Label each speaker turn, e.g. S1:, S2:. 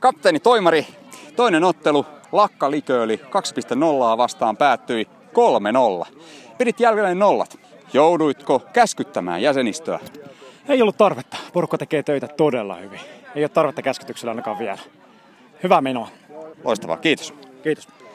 S1: Kapteeni Toimari, toinen ottelu Lakka Likööli 2.0 vastaan päättyi 3-0. Pidit jälleen nollat. Jouduitko käskyttämään jäsenistöä?
S2: Ei ollut tarvetta. Porukka tekee töitä todella hyvin. Ei ole tarvetta käskytyksellä ainakaan vielä. Hyvää menoa.
S1: Loistavaa, kiitos.
S2: Kiitos.